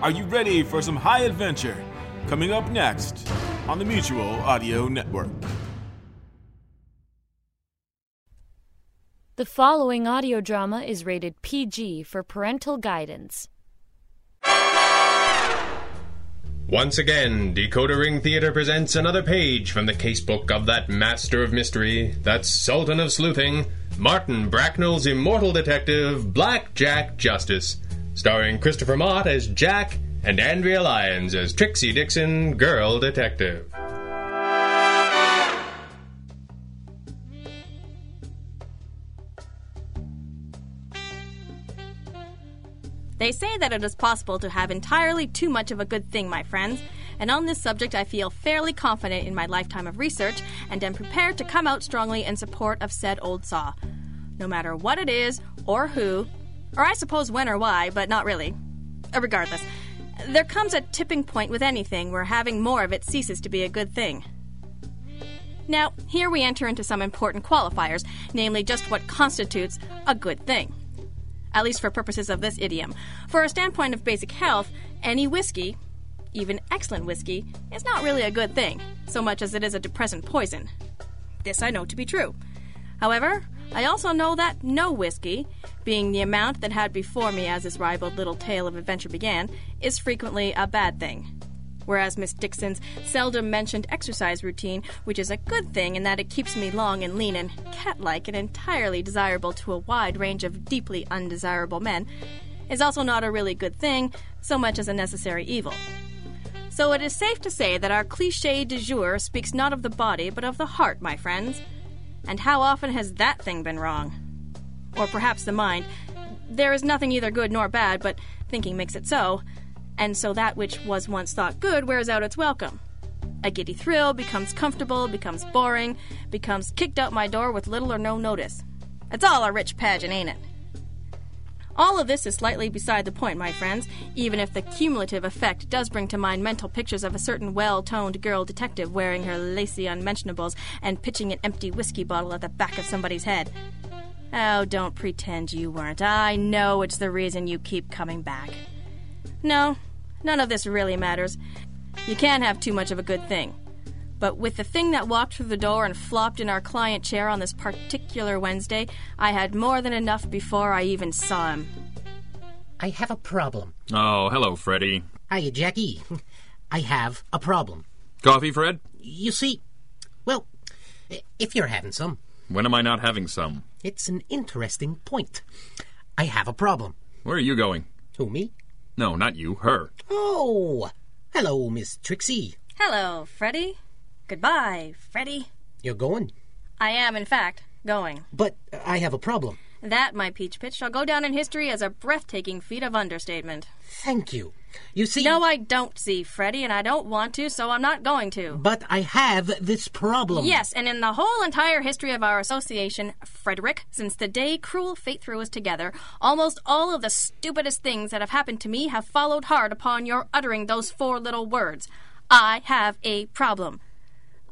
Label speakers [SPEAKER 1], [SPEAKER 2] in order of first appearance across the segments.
[SPEAKER 1] Are you ready for some high adventure? Coming up next on the Mutual Audio Network.
[SPEAKER 2] The following audio drama is rated PG for parental guidance.
[SPEAKER 3] Once again, Decoder Ring Theater presents another page from the casebook of that master of mystery, that sultan of sleuthing, Martin Bracknell's immortal detective, Black Jack Justice, starring Christopher Mott as Jack and Andrea Lyons as Trixie Dixon, girl detective.
[SPEAKER 4] They say that it is possible to have entirely too much of a good thing, my friends, and on this subject I feel fairly confident in my lifetime of research and am prepared to come out strongly in support of said old saw. No matter what it is, or who, or I suppose when or why, but not really. Uh, Regardless, there comes a tipping point with anything where having more of it ceases to be a good thing. Now, here we enter into some important qualifiers, namely just what constitutes a good thing at least for purposes of this idiom. For a standpoint of basic health, any whiskey, even excellent whiskey, is not really a good thing, so much as it is a depressant poison. This I know to be true. However, I also know that no whiskey, being the amount that had before me as this ribald little tale of adventure began, is frequently a bad thing. Whereas Miss Dixon's seldom mentioned exercise routine, which is a good thing in that it keeps me long and lean and cat like and entirely desirable to a wide range of deeply undesirable men, is also not a really good thing so much as a necessary evil. So it is safe to say that our cliche du jour speaks not of the body but of the heart, my friends. And how often has that thing been wrong? Or perhaps the mind. There is nothing either good nor bad, but thinking makes it so. And so that which was once thought good wears out its welcome. A giddy thrill becomes comfortable, becomes boring, becomes kicked out my door with little or no notice. It's all a rich pageant, ain't it? All of this is slightly beside the point, my friends, even if the cumulative effect does bring to mind mental pictures of a certain well toned girl detective wearing her lacy unmentionables and pitching an empty whiskey bottle at the back of somebody's head. Oh, don't pretend you weren't. I know it's the reason you keep coming back. No, none of this really matters. You can't have too much of a good thing. But with the thing that walked through the door and flopped in our client chair on this particular Wednesday, I had more than enough before I even saw him.
[SPEAKER 5] I have a problem.
[SPEAKER 6] Oh, hello, Freddy.
[SPEAKER 5] Hiya, Jackie. I have a problem.
[SPEAKER 6] Coffee, Fred?
[SPEAKER 5] You see, well, i- if you're having some,
[SPEAKER 6] When am I not having some?
[SPEAKER 5] it's an interesting point. I have a problem.
[SPEAKER 6] Where are you going?
[SPEAKER 5] Who, me?
[SPEAKER 6] No, not you, her.
[SPEAKER 5] Oh, hello, Miss Trixie.
[SPEAKER 4] Hello, Freddy. Goodbye, Freddy.
[SPEAKER 5] You're going?
[SPEAKER 4] I am, in fact, going.
[SPEAKER 5] But I have a problem.
[SPEAKER 4] That, my peach pitch, shall go down in history as a breathtaking feat of understatement.
[SPEAKER 5] Thank you. You see,
[SPEAKER 4] No, I don't see Freddy, and I don't want to, so I'm not going to.
[SPEAKER 5] but I have this problem.
[SPEAKER 4] Yes, and in the whole entire history of our association, Frederick, since the day cruel fate threw us together, almost all of the stupidest things that have happened to me have followed hard upon your uttering those four little words. I have a problem.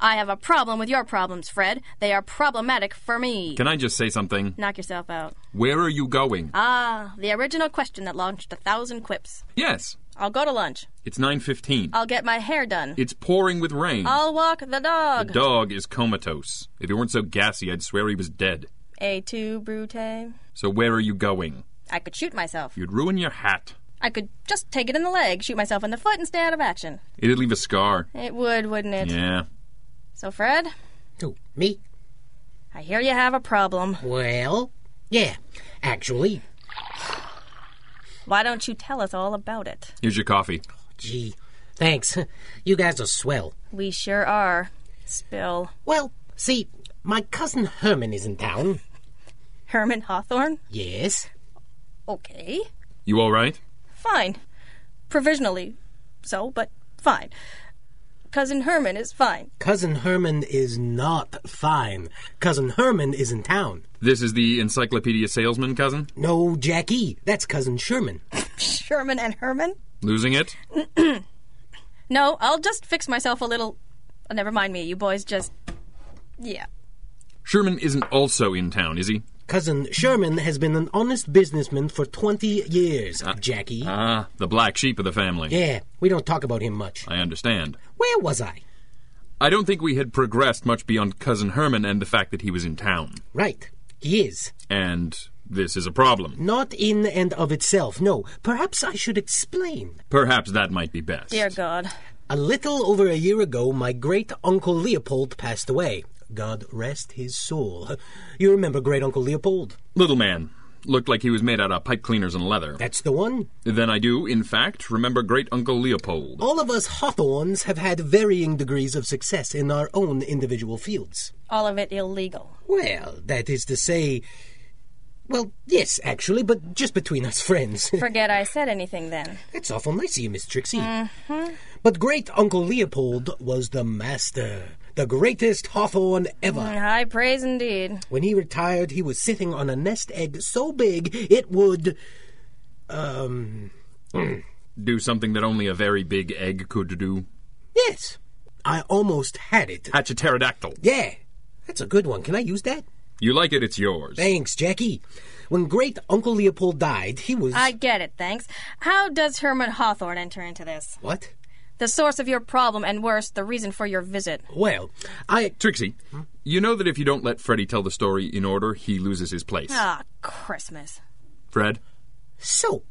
[SPEAKER 4] I have a problem with your problems, Fred. They are problematic for me.
[SPEAKER 6] Can I just say something?
[SPEAKER 4] Knock yourself out.
[SPEAKER 6] Where are you going?
[SPEAKER 4] Ah, the original question that launched a thousand quips.
[SPEAKER 6] yes,
[SPEAKER 4] I'll go to lunch.
[SPEAKER 6] it's 9:15.
[SPEAKER 4] I'll get my hair done.
[SPEAKER 6] it's pouring with rain.
[SPEAKER 4] I'll walk the
[SPEAKER 6] the
[SPEAKER 4] dog.
[SPEAKER 6] dog is comatose. If he weren't so gassy, I'd swear he was dead.
[SPEAKER 4] A two brute. I
[SPEAKER 6] So where are you going?
[SPEAKER 4] could shoot myself.
[SPEAKER 6] You'd ruin your hat.
[SPEAKER 4] I could just take it in the leg, shoot myself in the foot, and stay out of action.
[SPEAKER 6] It'd leave a scar.
[SPEAKER 4] It would, wouldn't it?
[SPEAKER 6] Yeah.
[SPEAKER 4] So, Fred,
[SPEAKER 5] Who, me?
[SPEAKER 4] I hear you have a problem.
[SPEAKER 5] Well, yeah, actually.
[SPEAKER 4] Why don't you tell us all about it?
[SPEAKER 6] Here's your coffee.
[SPEAKER 5] Gee, thanks. You guys are swell.
[SPEAKER 4] We sure are. Spill.
[SPEAKER 5] Well, see, my cousin Herman is in town.
[SPEAKER 4] Herman Hawthorne?
[SPEAKER 5] Yes.
[SPEAKER 4] Okay.
[SPEAKER 6] You all right?
[SPEAKER 4] Fine. Provisionally so, but fine. Cousin Herman is fine.
[SPEAKER 5] Cousin Herman is not fine. Cousin Herman is in town.
[SPEAKER 6] This is the encyclopedia salesman cousin.
[SPEAKER 5] No, Jackie, that's Cousin Sherman.
[SPEAKER 4] Sherman and Herman?
[SPEAKER 6] Losing it?
[SPEAKER 4] No, I'll just fix myself a little. Oh, never mind me. You boys just. Yeah.
[SPEAKER 6] Sherman isn't also in town, is he?
[SPEAKER 5] Cousin Sherman has been an honest businessman for 20 years, Jackie.
[SPEAKER 6] Ah, the black sheep of the family.
[SPEAKER 5] yeah, we don't talk about him much.
[SPEAKER 6] I understand.
[SPEAKER 5] Where was I?
[SPEAKER 6] I don't think we had progressed much beyond Cousin Herman and the fact that he was in town.
[SPEAKER 5] Right. He is.
[SPEAKER 6] And this is a problem.
[SPEAKER 5] Not in and of itself, no. Perhaps I should explain.
[SPEAKER 6] Perhaps that might be best.
[SPEAKER 4] Dear God.
[SPEAKER 5] A little over a year ago, my great uncle Leopold passed away. God rest his soul. You remember great uncle Leopold?
[SPEAKER 6] Little man. Looked like he was made out of pipe cleaners and leather.
[SPEAKER 5] That's the one.
[SPEAKER 6] Then I do, in fact, remember great Uncle Leopold.
[SPEAKER 5] All of us Hawthorns have had varying degrees of success in our own individual fields.
[SPEAKER 4] All of it illegal.
[SPEAKER 5] Well, that is to say. Well, yes, actually, but just between us friends.
[SPEAKER 4] Forget I said anything then.
[SPEAKER 5] That's awful nice of you, Miss Trixie. But great Uncle Leopold was the master, the greatest Hawthorne ever.
[SPEAKER 4] High praise indeed.
[SPEAKER 5] When he retired, he was sitting on a nest egg so big it would. um,
[SPEAKER 6] Do something that only a very big egg could do.
[SPEAKER 5] Yes, I almost had it.
[SPEAKER 6] Hatch a pterodactyl.
[SPEAKER 5] Yeah, that's a good one. Can I use that?
[SPEAKER 6] You like it, it's yours.
[SPEAKER 5] Thanks, Jackie. When great Uncle Leopold died, he was.
[SPEAKER 4] I get it, thanks. How does Herman Hawthorne enter into this?
[SPEAKER 5] What?
[SPEAKER 4] The source of your problem, and worse, the reason for your visit.
[SPEAKER 5] Well, I.
[SPEAKER 6] Trixie, you know that if you don't let Freddy tell the story in order, he loses his place.
[SPEAKER 4] Ah, Christmas.
[SPEAKER 6] Fred?
[SPEAKER 5] So,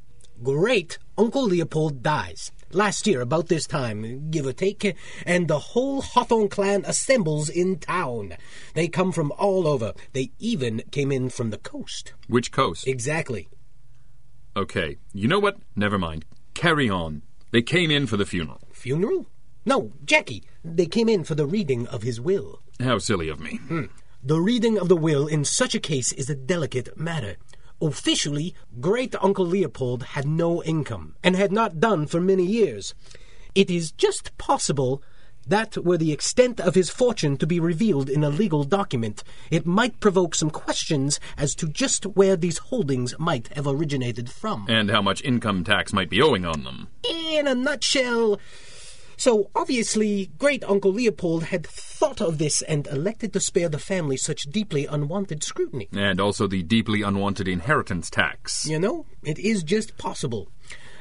[SPEAKER 5] great Uncle Leopold dies. Last year, about this time, give or take, and the whole Hawthorne clan assembles in town. They come from all over. They even came in from the coast.
[SPEAKER 6] Which coast?
[SPEAKER 5] Exactly.
[SPEAKER 6] Okay. You know what? Never mind. Carry on. They came in for the funeral.
[SPEAKER 5] Funeral? No, Jackie. They came in for the reading of his will.
[SPEAKER 6] How silly of me.
[SPEAKER 5] The reading of the will in such a case is a delicate matter. Officially, great Uncle Leopold had no income and had not done for many years. It is just possible that were the extent of his fortune to be revealed in a legal document, it might provoke some questions as to just where these holdings might have originated from.
[SPEAKER 6] And how much income tax might be owing on them.
[SPEAKER 5] In a nutshell, so obviously, great Uncle Leopold had thought of this and elected to spare the family such deeply unwanted scrutiny.
[SPEAKER 6] And also the deeply unwanted inheritance tax.
[SPEAKER 5] You know, it is just possible.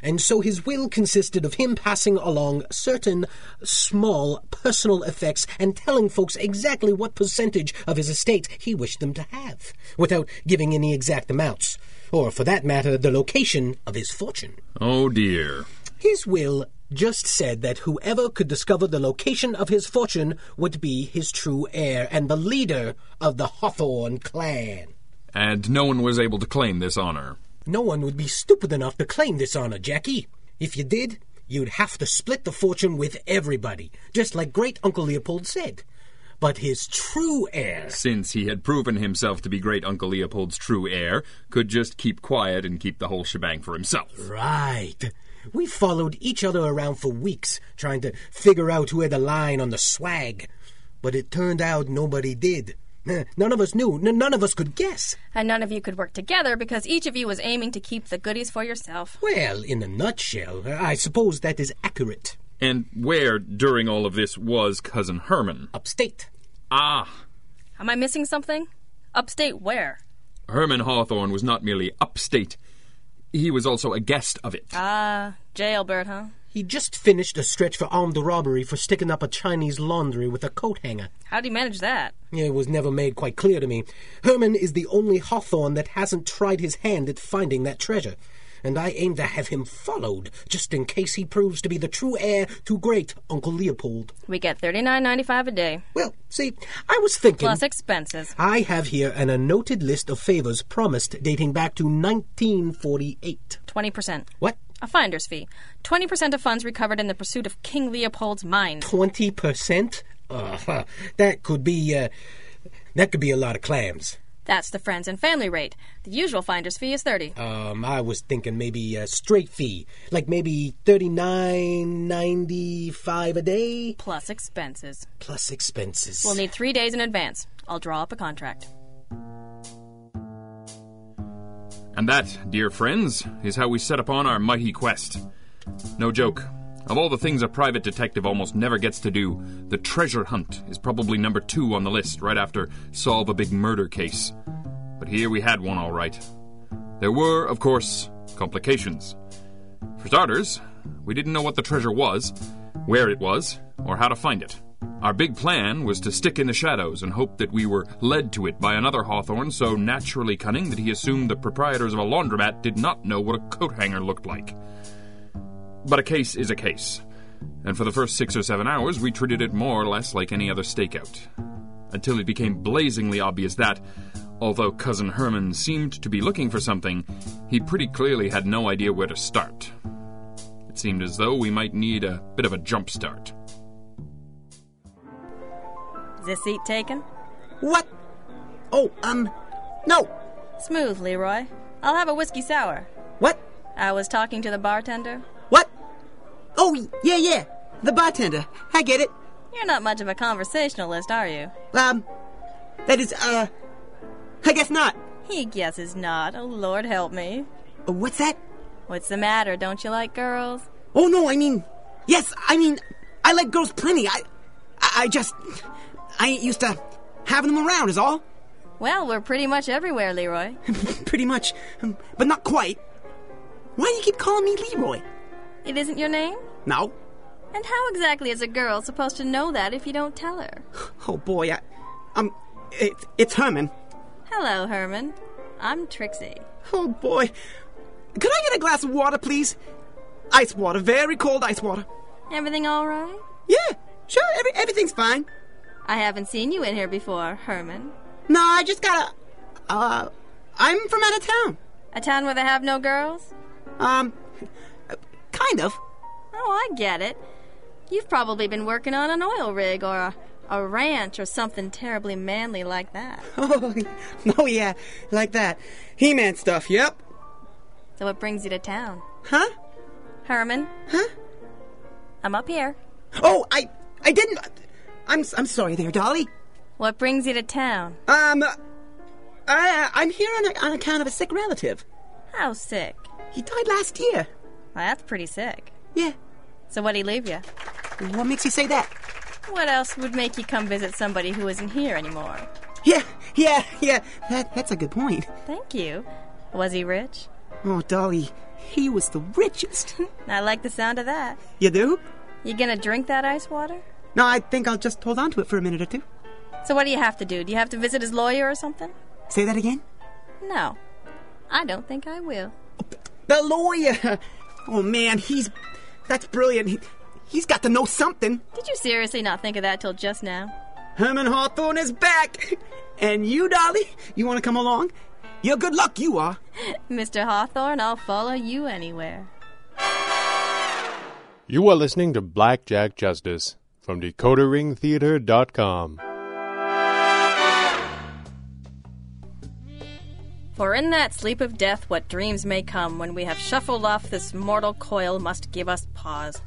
[SPEAKER 5] And so his will consisted of him passing along certain small personal effects and telling folks exactly what percentage of his estate he wished them to have, without giving any exact amounts, or for that matter, the location of his fortune.
[SPEAKER 6] Oh dear.
[SPEAKER 5] His will just said that whoever could discover the location of his fortune would be his true heir and the leader of the Hawthorne clan.
[SPEAKER 6] And no one was able to claim this honor.
[SPEAKER 5] No one would be stupid enough to claim this honor, Jackie. If you did, you'd have to split the fortune with everybody, just like great Uncle Leopold said. But his true heir,
[SPEAKER 6] Since he had proven himself to be great Uncle Leopold's true heir, could just keep quiet and keep the whole shebang for himself.
[SPEAKER 5] right. We followed each other around for weeks, trying to figure out who had the line on the swag. But it turned out nobody did. Eh, None of us knew. N- none of us could guess.
[SPEAKER 4] And none of you could work together because each of you was aiming to keep the goodies for yourself.
[SPEAKER 5] Well, in a nutshell, I suppose that is accurate.
[SPEAKER 6] And where, during all of this, was Cousin Herman?
[SPEAKER 5] Upstate.
[SPEAKER 6] Ah,
[SPEAKER 4] Am I missing something? Upstate where?
[SPEAKER 6] Herman Hawthorne was not merely upstate, he was also a guest of it.
[SPEAKER 4] Ah, Jailbird, huh?
[SPEAKER 5] He just finished a stretch for armed robbery for sticking up a Chinese laundry with a coat hanger.
[SPEAKER 4] How'd he manage that?
[SPEAKER 5] It was never made quite clear to me. Herman is the only Hawthorne that hasn't tried his hand at finding that treasure, and I aim to have him followed, just in case he proves to be the true heir to great Uncle Leopold.
[SPEAKER 4] We get thirty-nine ninety-five a day,
[SPEAKER 5] Well, see, I was thinking.
[SPEAKER 4] plus expenses.
[SPEAKER 5] I have here an annotated list of favors promised dating back to 1948.
[SPEAKER 4] 20%.
[SPEAKER 5] What?
[SPEAKER 4] A finder's fee. 20% of funds recovered in the pursuit of King Leopold's mines.
[SPEAKER 5] 20%? Uh, that could be, uh, that could be a lot of clams.
[SPEAKER 4] That's the friends and family rate. The usual finder's fee is 30.
[SPEAKER 5] Um, I was thinking maybe a straight fee, like maybe thirty nine ninety five a day
[SPEAKER 4] plus expenses.
[SPEAKER 5] plus expenses.
[SPEAKER 4] We'll need 3 days in advance. I'll draw up a contract.
[SPEAKER 6] And that, dear friends, is how we set upon our mighty quest. No joke. Of all the things a private detective almost never gets to do, the treasure hunt is probably number two on the list, right after solve a big murder case. But But here we had one all right. There were, of course, complications. For starters, we didn't know what the treasure was, where it was, or how to find it. Our big plan was to stick in the shadows and hope that we were led to it by another Hawthorne so naturally cunning that he assumed the proprietors of a laundromat did not know what a coat hanger looked like. But a case is a case, and for the first six or seven hours we treated it more or less like any other stakeout. Until it became blazingly obvious that, although Cousin Herman seemed to be looking for something, he pretty clearly had no idea where to start. It seemed as though we might need a bit of a jump start.
[SPEAKER 4] Is this seat taken?
[SPEAKER 5] What? Oh, um, no.
[SPEAKER 4] Smooth, Leroy. I'll have a whiskey sour.
[SPEAKER 7] What?
[SPEAKER 4] I was talking to the bartender.
[SPEAKER 7] What? Oh, yeah, yeah. The bartender. I get it.
[SPEAKER 4] You're not much of a conversationalist, are you?
[SPEAKER 7] Um, that is, uh, I guess not.
[SPEAKER 4] He guesses not. Oh, Lord help me.
[SPEAKER 7] Uh, What's that?
[SPEAKER 4] What's the matter? Don't you like girls?
[SPEAKER 7] Oh, no, I mean, yes, I mean, I like girls plenty. I, I, I just, I ain't used to having them around, is all.
[SPEAKER 4] Well, we're pretty much everywhere, Leroy.
[SPEAKER 7] Pretty much, um, but not quite. Why do you keep calling me Leroy?
[SPEAKER 4] It isn't your name?
[SPEAKER 7] No.
[SPEAKER 4] And how exactly is a girl supposed to know that if you don't tell her?
[SPEAKER 7] Oh, boy, I, um, it, it's Herman.
[SPEAKER 4] Hello, Herman. I'm Trixie.
[SPEAKER 7] Oh, boy. Could I get a glass of water, please? Ice water, very cold ice water.
[SPEAKER 4] Everything all right?
[SPEAKER 7] Yeah, sure, every, everything's fine.
[SPEAKER 4] I haven't seen you in here before, Herman.
[SPEAKER 7] No, I just gotta. Uh, I'm from out of town.
[SPEAKER 4] A town where they have no girls?
[SPEAKER 7] Um, kind of.
[SPEAKER 4] Oh, I get it. You've probably been working on an oil rig or a, a ranch or something terribly manly like that.
[SPEAKER 7] Oh, oh yeah, like that. He Man stuff, yep.
[SPEAKER 4] So what brings you to town?
[SPEAKER 7] Huh?
[SPEAKER 4] Herman? Huh? I'm up here.
[SPEAKER 7] Oh, I. I didn't. I'm, I'm sorry there, Dolly.
[SPEAKER 4] What brings you to town?
[SPEAKER 7] Um, I, I'm here on, on account of a sick relative.
[SPEAKER 4] How sick?
[SPEAKER 7] He died last year.
[SPEAKER 4] Well, that's pretty sick.
[SPEAKER 7] Yeah.
[SPEAKER 4] So what'd he leave you?
[SPEAKER 7] What makes you say that?
[SPEAKER 4] What else would make you come visit somebody who isn't here anymore?
[SPEAKER 7] Yeah, yeah, yeah. That, that's a good point.
[SPEAKER 4] Thank you. Was he rich?
[SPEAKER 7] Oh, Dolly, he was the richest.
[SPEAKER 4] I like the sound of that.
[SPEAKER 7] You do?
[SPEAKER 4] You gonna drink that ice water?
[SPEAKER 7] No, I think I'll just hold on to it for a minute or two.
[SPEAKER 4] So what do you have to do? Do you have to visit his lawyer or something?
[SPEAKER 7] Say that again?
[SPEAKER 4] No. I don't think I will.
[SPEAKER 7] The lawyer. Oh man, he's that's brilliant. He, he's got to know something.
[SPEAKER 4] Did you seriously not think of that till just now?
[SPEAKER 7] Herman Hawthorne is back, and you, Dolly, you want to come along? You're good luck. You are.
[SPEAKER 4] Mr. Hawthorne, I'll follow you anywhere.
[SPEAKER 8] You are listening to Blackjack Justice from DecoderRingTheater.com.
[SPEAKER 4] For in that sleep of death, what dreams may come when we have shuffled off this mortal coil must give us pause.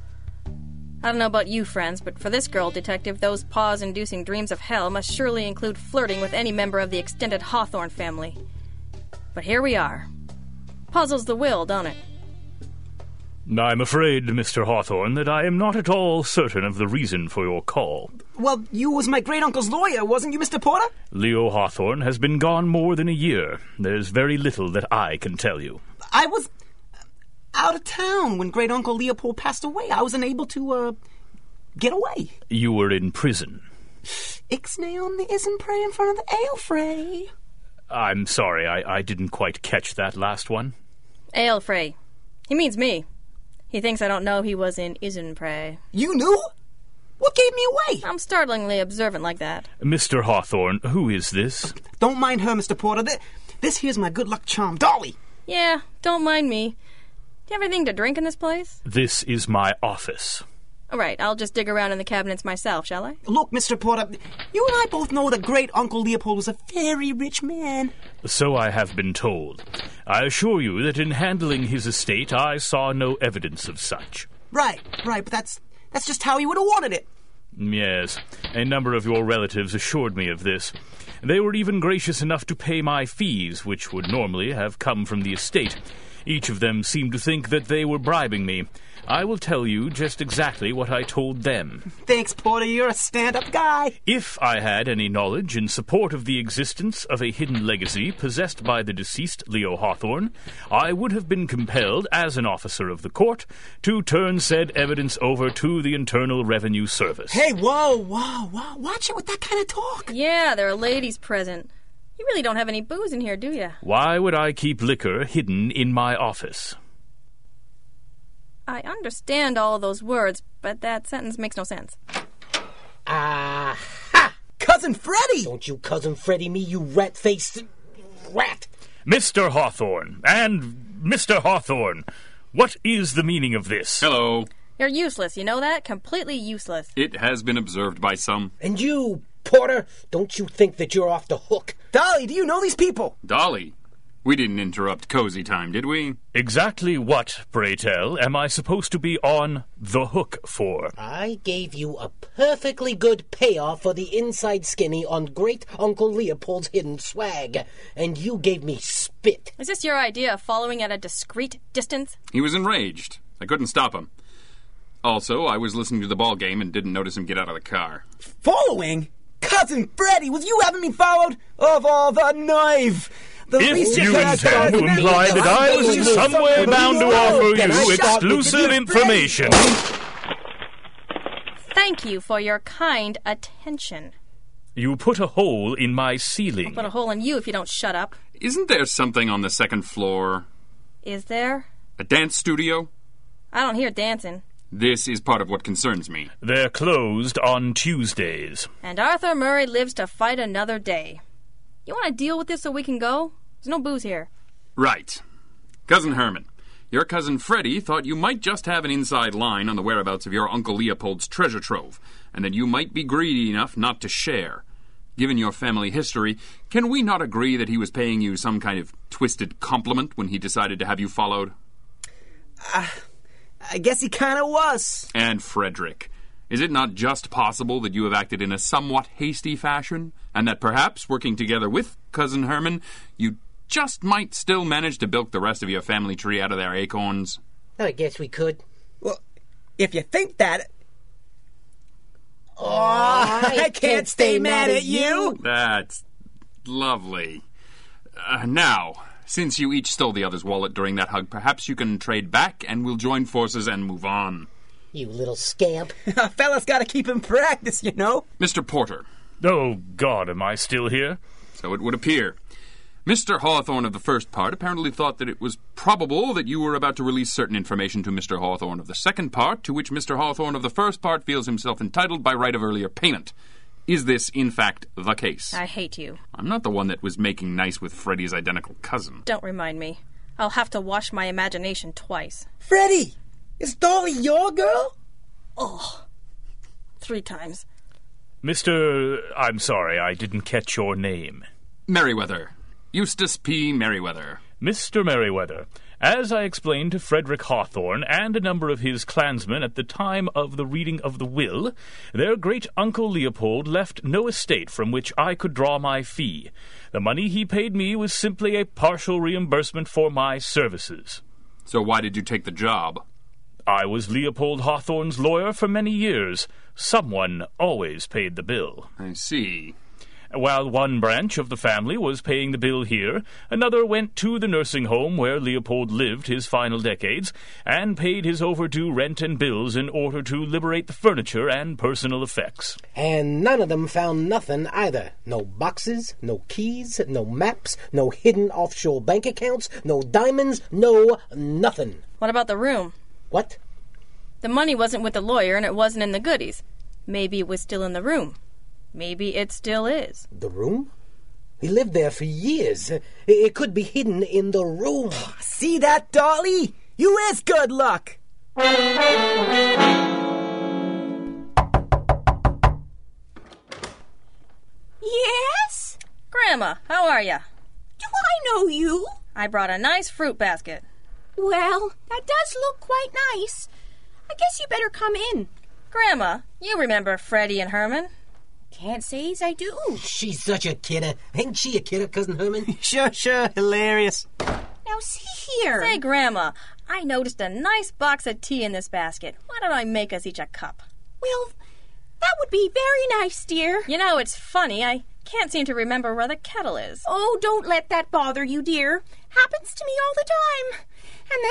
[SPEAKER 4] I don't know about you, friends, but for this girl detective, those pause inducing dreams of hell must surely include flirting with any member of the extended Hawthorne family. But here we are. Puzzles the will, don't it?
[SPEAKER 9] I'm afraid, Mr. Hawthorne, that I am not at all certain of the reason for your call.
[SPEAKER 7] Well, you was my great uncle's lawyer, wasn't you, Mr. Porter?
[SPEAKER 9] Leo Hawthorne has been gone more than a year. There's very little that I can tell you.
[SPEAKER 7] I was uh, out of town when great uncle Leopold passed away. I was unable to uh, get away.
[SPEAKER 9] You were in prison.
[SPEAKER 7] Ixnay on the isn't pray in front of the ale fray.
[SPEAKER 9] I'm sorry, I, I didn't quite catch that last one.
[SPEAKER 4] Aelfrey. He means me. He thinks I don't know he was in Isenpray.
[SPEAKER 7] You knew? What gave me away?
[SPEAKER 4] I'm startlingly observant like that.
[SPEAKER 9] Mr. Hawthorne, who is this?
[SPEAKER 7] Don't mind her, Mr. Porter. Th- This here's my good luck charm, Dolly.
[SPEAKER 4] Yeah, don't mind me. Do you have anything to drink in this place?
[SPEAKER 9] This is my office.
[SPEAKER 4] All right, I'll just dig around in the cabinets myself, shall I?
[SPEAKER 7] Look, Mr. Porter, you and I both know that great uncle Leopold was a very rich man.
[SPEAKER 9] So I have been told. I assure you that in handling his estate I saw no evidence of such.
[SPEAKER 7] Right, right, but that's that's just how he would have wanted it.
[SPEAKER 9] Yes, a number of your relatives assured me of this. They were even gracious enough to pay my fees, which would normally have come from the estate. Each of them seemed to think that they were bribing me. I will tell you just exactly what I told them.
[SPEAKER 7] Thanks, Porter. You're a stand up guy.
[SPEAKER 9] If I had any knowledge in support of the existence of a hidden legacy possessed by the deceased Leo Hawthorne, I would have been compelled, as an officer of the court, to turn said evidence over to the Internal Revenue Service.
[SPEAKER 7] Hey, whoa, whoa, whoa. Watch it with that kind of talk.
[SPEAKER 4] Yeah, there are ladies present. You really don't have any booze in here, do you?
[SPEAKER 9] Why would I keep liquor hidden in my office?
[SPEAKER 4] I understand all those words, but that sentence makes no sense.
[SPEAKER 7] Cousin Freddy.
[SPEAKER 5] Don't you cousin Freddy me, you rat faced rat!
[SPEAKER 9] Mr. Hawthorne! And Mr. Hawthorne! What is the meaning of this?
[SPEAKER 6] Hello.
[SPEAKER 4] You're useless, you know that? Completely useless.
[SPEAKER 6] It has been observed by some.
[SPEAKER 5] And you, Porter, don't you think that you're off the hook?
[SPEAKER 7] Dolly, do you know these people?
[SPEAKER 6] Dolly, we didn't interrupt cozy time, did we?
[SPEAKER 9] Exactly what, pray tell, am I supposed to be on the hook for?
[SPEAKER 5] I gave you a perfectly good payoff for the inside skinny on Great Uncle Leopold's hidden swag, and you gave me spit.
[SPEAKER 4] Is this your idea of following at a discreet distance?
[SPEAKER 6] He was enraged. I couldn't stop him. Also, I was listening to the ball game and didn't notice him get out of the car.
[SPEAKER 7] Following? Cousin Freddy, was you having me followed? Of all the knife. The
[SPEAKER 9] If
[SPEAKER 7] least
[SPEAKER 9] you
[SPEAKER 7] could have
[SPEAKER 9] intend to
[SPEAKER 7] done-
[SPEAKER 9] imply that I was in some way bound to offer
[SPEAKER 7] Then I
[SPEAKER 9] you
[SPEAKER 7] shot you.
[SPEAKER 9] exclusive
[SPEAKER 7] Cousin Freddy.
[SPEAKER 9] information.
[SPEAKER 4] Thank you for your kind attention.
[SPEAKER 9] You put a hole in my ceiling.
[SPEAKER 4] Put a hole in you if you don't shut up.
[SPEAKER 6] Isn't there something on the second floor?
[SPEAKER 4] Is there?
[SPEAKER 6] A dance studio?
[SPEAKER 4] I don't hear dancing.
[SPEAKER 6] This is part of what concerns me.
[SPEAKER 9] They're closed on Tuesdays.
[SPEAKER 4] And Arthur Murray lives to fight another day. You want to deal with this so we can go? There's no booze here.
[SPEAKER 6] Right. Cousin Herman, your cousin Freddy thought you might just have an inside line on the whereabouts of your Uncle Leopold's treasure trove, and that you might be greedy enough not to share. Given your family history, can we not agree that he was paying you some kind of twisted compliment when he decided to have you followed?
[SPEAKER 7] I guess he kind of was.
[SPEAKER 6] And Frederick, is it not just possible that you have acted in a somewhat hasty fashion, and that perhaps, working together with Cousin Herman, you just might still manage to bilk the rest of your family tree out of their acorns?
[SPEAKER 5] I guess we could.
[SPEAKER 7] Well, if you think that. Oh, I can't stay mad at you.
[SPEAKER 6] That's lovely. Uh, now, since you each stole the other's wallet during that hug, perhaps you can trade back and we'll join forces and move on.
[SPEAKER 5] You little scamp.
[SPEAKER 7] A fella's got to keep in practice, you know.
[SPEAKER 6] Mr. Porter,
[SPEAKER 9] Oh, God, am I still here?
[SPEAKER 6] so it would appear. Mr. Hawthorne of the first part apparently thought that it was probable that you were about to release certain information to Mr. Hawthorne of the second part, to which Mr. Hawthorne of the first part feels himself entitled by right of earlier payment. Is this, in fact, the case?
[SPEAKER 4] I hate you.
[SPEAKER 6] I'm not the one that was making nice with Freddy's identical cousin.
[SPEAKER 4] Don't remind me. I'll have to wash my imagination twice.
[SPEAKER 7] Freddy, is Dolly your girl?
[SPEAKER 4] Three times.
[SPEAKER 9] Mr. I'm sorry, I didn't catch your name.
[SPEAKER 6] Merriweather. Eustace P. Merriweather.
[SPEAKER 9] Mr. Merriweather, as I explained to Frederick Hawthorne and a number of his clansmen at the time of the reading of the will, their great uncle Leopold left no estate from which I could draw my fee. The money he paid me was simply a partial reimbursement for my services.
[SPEAKER 6] So why did you take the job?
[SPEAKER 9] I was Leopold Hawthorne's lawyer for many years. Someone always paid the bill.
[SPEAKER 6] I see.
[SPEAKER 9] While one branch of the family was paying the bill here, another went to the nursing home where Leopold lived his final decades and paid his overdue rent and bills in order to liberate the furniture and personal effects.
[SPEAKER 5] And none of them found nothing either. No boxes, no keys, no maps, no hidden offshore bank accounts, no diamonds, no nothing.
[SPEAKER 4] What about the room?
[SPEAKER 5] What?
[SPEAKER 4] The money wasn't with the lawyer and it wasn't in the goodies. Maybe it was still in the room. Maybe it still is.
[SPEAKER 5] The room? We lived there for years. It- It could be hidden in the room.
[SPEAKER 10] Ah,
[SPEAKER 7] See that, Dolly? You is good luck.
[SPEAKER 11] Yes?
[SPEAKER 4] Grandma, how are ya?
[SPEAKER 11] Do I know you?
[SPEAKER 4] I brought a nice fruit basket.
[SPEAKER 11] Well, that does look quite nice. I guess you better come in.
[SPEAKER 4] Grandma, you remember Freddie and Herman?
[SPEAKER 11] Can't say as I do.
[SPEAKER 5] She's such a kidder. Ain't she a kidder, Cousin Herman?
[SPEAKER 7] Sure, sure, hilarious.
[SPEAKER 11] Now,
[SPEAKER 7] see here.
[SPEAKER 4] Say, Grandma, I noticed a nice box of tea in this basket. Why don't I make us each a cup?
[SPEAKER 7] Well, that would be very nice, dear.
[SPEAKER 4] You know, it's funny. I can't seem to remember where the kettle is.
[SPEAKER 7] Oh, don't let that bother you, dear. Happens to me all the time. And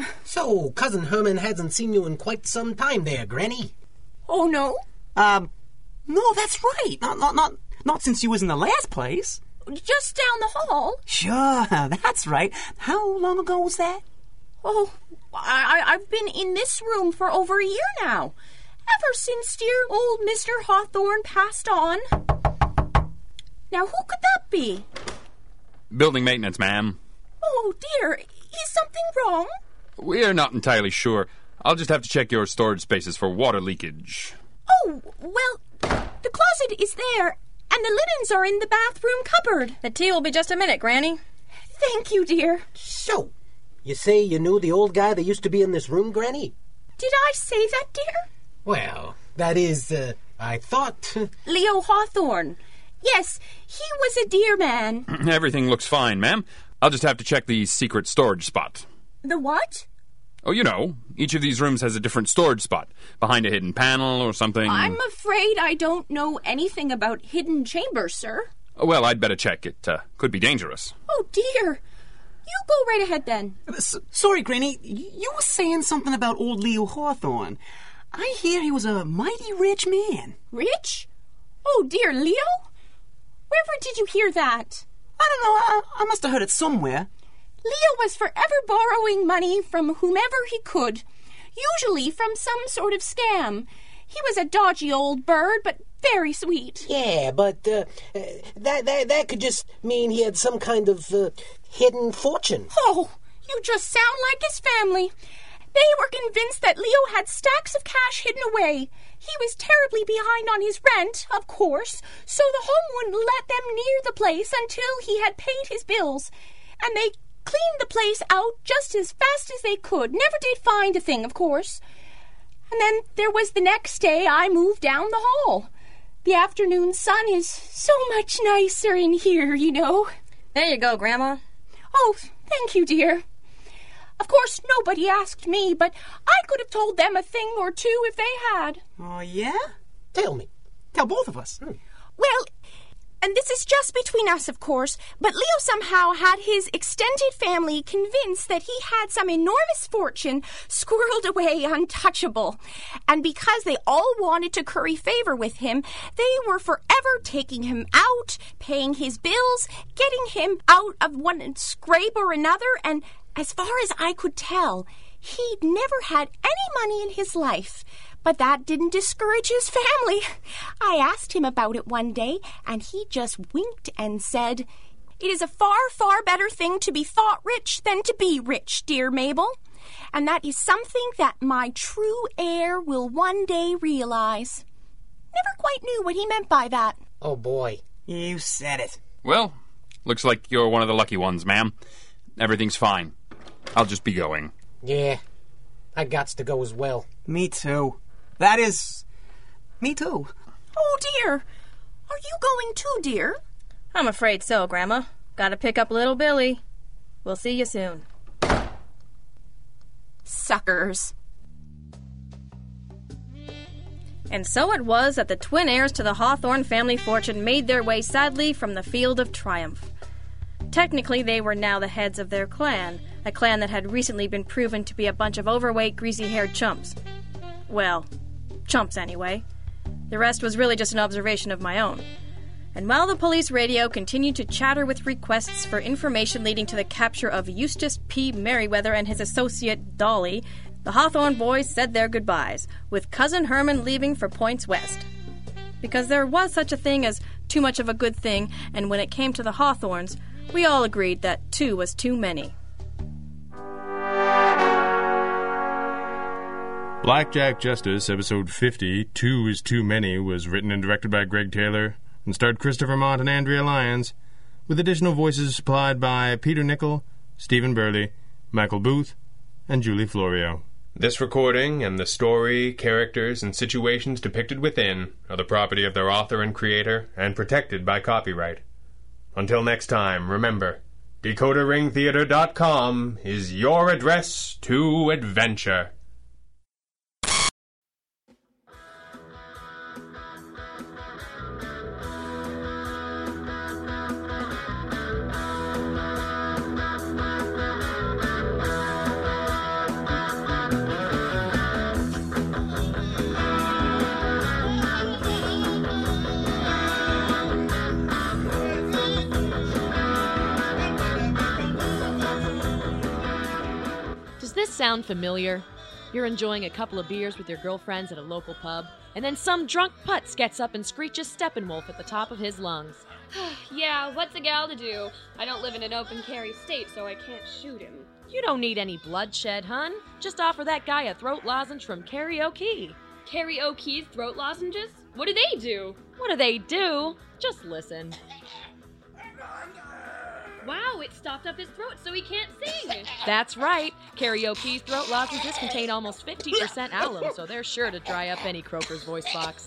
[SPEAKER 7] then some.
[SPEAKER 5] So, Cousin Herman hasn't seen you in quite some time there, Granny.
[SPEAKER 7] Oh, no?
[SPEAKER 10] Um, no, that's right. Not, not, not, not since you was in the last place.
[SPEAKER 7] Just down the hall?
[SPEAKER 10] Sure, that's right. How long ago was that?
[SPEAKER 7] Oh, I, I- I've been in this room for over a year now. Ever since dear old Mr. Hawthorne passed on. Now, who could that be?
[SPEAKER 6] Building maintenance, ma'am.
[SPEAKER 7] Oh, dear. Is something wrong?
[SPEAKER 6] We're not entirely sure. I'll just have to check your storage spaces for water leakage.
[SPEAKER 7] Oh, well, the closet is there, and the linens are in the bathroom cupboard.
[SPEAKER 4] The tea will be just a minute, Granny.
[SPEAKER 7] Thank you, dear.
[SPEAKER 5] So, you say you knew the old guy that used to be in this room, Granny?
[SPEAKER 7] Did I say that, dear?
[SPEAKER 5] Well, that is, uh, I thought. uh,
[SPEAKER 7] Leo Hawthorne. Yes, he was a dear man.
[SPEAKER 6] Everything looks fine, ma'am. I'll just have to check the secret storage spot.
[SPEAKER 7] the what?
[SPEAKER 6] Oh, you know, each of these rooms has a different storage spot behind a hidden panel or something.
[SPEAKER 7] I'm afraid I don't know anything about hidden chambers, sir.
[SPEAKER 6] Oh, well, I'd better check. It uh, could be dangerous.
[SPEAKER 7] Oh, dear. You go right ahead then.
[SPEAKER 10] S- sorry, Granny. y- You were saying something about old Leo Hawthorne. I hear he was a mighty rich man.
[SPEAKER 7] Rich? Oh, dear, Leo? Wherever did you hear that?
[SPEAKER 10] I don't know. I, I must have heard it somewhere.
[SPEAKER 7] Leo was forever borrowing money from whomever he could, usually from some sort of scam. He was a dodgy old bird, but very sweet.
[SPEAKER 5] Yeah, but uh, uh, that, that that could just mean he had some kind of uh, hidden fortune.
[SPEAKER 7] Oh, you just sound like his family. They were convinced that Leo had stacks of cash hidden away. He was terribly behind on his rent, of course, so the home wouldn't let them near the place until he had paid his bills. And they cleaned the place out just as fast as they could. Never did find a thing, of course. And then there was the next day I moved down the hall. The afternoon sun is so much nicer in here, you know.
[SPEAKER 4] There you go, Grandma.
[SPEAKER 7] Oh, thank you, dear. Of course, nobody asked me, but I could have told them a thing or two if they had.
[SPEAKER 10] Oh, yeah?
[SPEAKER 5] Tell me, Hmm.
[SPEAKER 10] Tell both of us.
[SPEAKER 7] Well, and this is just between us, of course, but Leo somehow had his extended family convinced that he had some enormous fortune squirreled away untouchable. And because they all wanted to curry favor with him, they were forever taking him out, paying his bills, getting him out of one scrape or another, and as far as I could tell, he'd never had any money in his life. But that didn't discourage his family. I asked him about it one day, and he just winked and said, It is a far, far better thing to be thought rich than to be rich, dear Mabel. And that is something that my true heir will one day realize. Never quite knew what he meant by that.
[SPEAKER 5] oh boy,
[SPEAKER 10] You said it.
[SPEAKER 6] Well, looks like you're one of the lucky ones, ma'am. Everything's fine. I'll just be going.
[SPEAKER 5] yeah, I gots to go as well.
[SPEAKER 10] Me too. That is. Me too.
[SPEAKER 7] Oh, dear. Are you going too, dear?
[SPEAKER 4] I'm afraid so, Grandma. Gotta pick up little Billy. We'll see you soon.
[SPEAKER 7] Suckers.
[SPEAKER 4] And so it was that the twin heirs to the Hawthorne family fortune made their way sadly from the field of triumph. Technically, they were now the heads of their clan, a clan that had recently been proven to be a bunch of overweight, greasy haired chumps. Well, chumps anyway. The rest was really just an observation of my own. And while the police radio continued to chatter with requests for information leading to the capture of Eustace P. Merriweather and his associate Dolly, the Hawthorne boys said their goodbyes, with Cousin Herman leaving for Points West. Because there was such a thing as too much of a good thing, and when it came to the Hawthorns, we all agreed that two was too many.
[SPEAKER 3] Blackjack Justice, episode 50, Two is Too Many, was written and directed by Greg Taylor and starred Christopher Mott and Andrea Lyons, with additional voices supplied by Peter Nichol, Stephen Burley, Michael Booth, and Julie Florio.
[SPEAKER 12] This recording and the story, characters, and situations depicted within are the property of their author and creator and protected by copyright. Until next time, remember
[SPEAKER 3] DecoderRingTheater.com is your address to adventure.
[SPEAKER 7] Does this sound familiar? You're enjoying a couple of beers with your girlfriends at a local pub, and then some drunk putz gets up and screeches Steppenwolf at the top of his lungs.
[SPEAKER 6] yeah, what's a gal to do? I don't live in an open carry state, so I can't shoot him.
[SPEAKER 7] You don't need any bloodshed, hun. Just offer that guy a throat lozenge from karaoke.
[SPEAKER 6] Karaoke's throat lozenges? What do they do?
[SPEAKER 7] What do they do? Just listen.
[SPEAKER 6] Wow, it stopped up his throat so he can't sing.
[SPEAKER 7] That's right. Karaoke's throat lozenges contain almost 50% alum, so they're sure to dry up any croaker's voice box.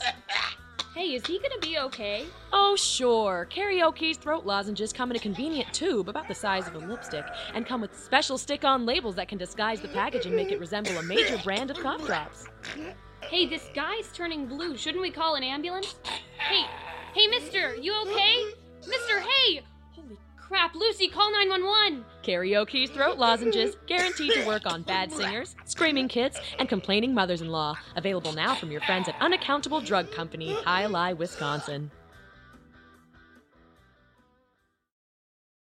[SPEAKER 6] hey, is he gonna be okay?
[SPEAKER 7] Oh, sure. Karaoke's throat lozenges come in a convenient tube about the size of a lipstick and come with special stick on labels that can disguise the package and make it resemble a major brand of cough drops.
[SPEAKER 6] Hey, this guy's turning blue. Shouldn't we call an ambulance? Hey, hey, mister, you okay? Mister, hey! Holy crap, Lucy, call 911!
[SPEAKER 7] Karaoke's throat lozenges, guaranteed to work on bad singers, screaming kids, and complaining mothers in law. Available now from your friends at Unaccountable Drug Company, High Lie, Wisconsin.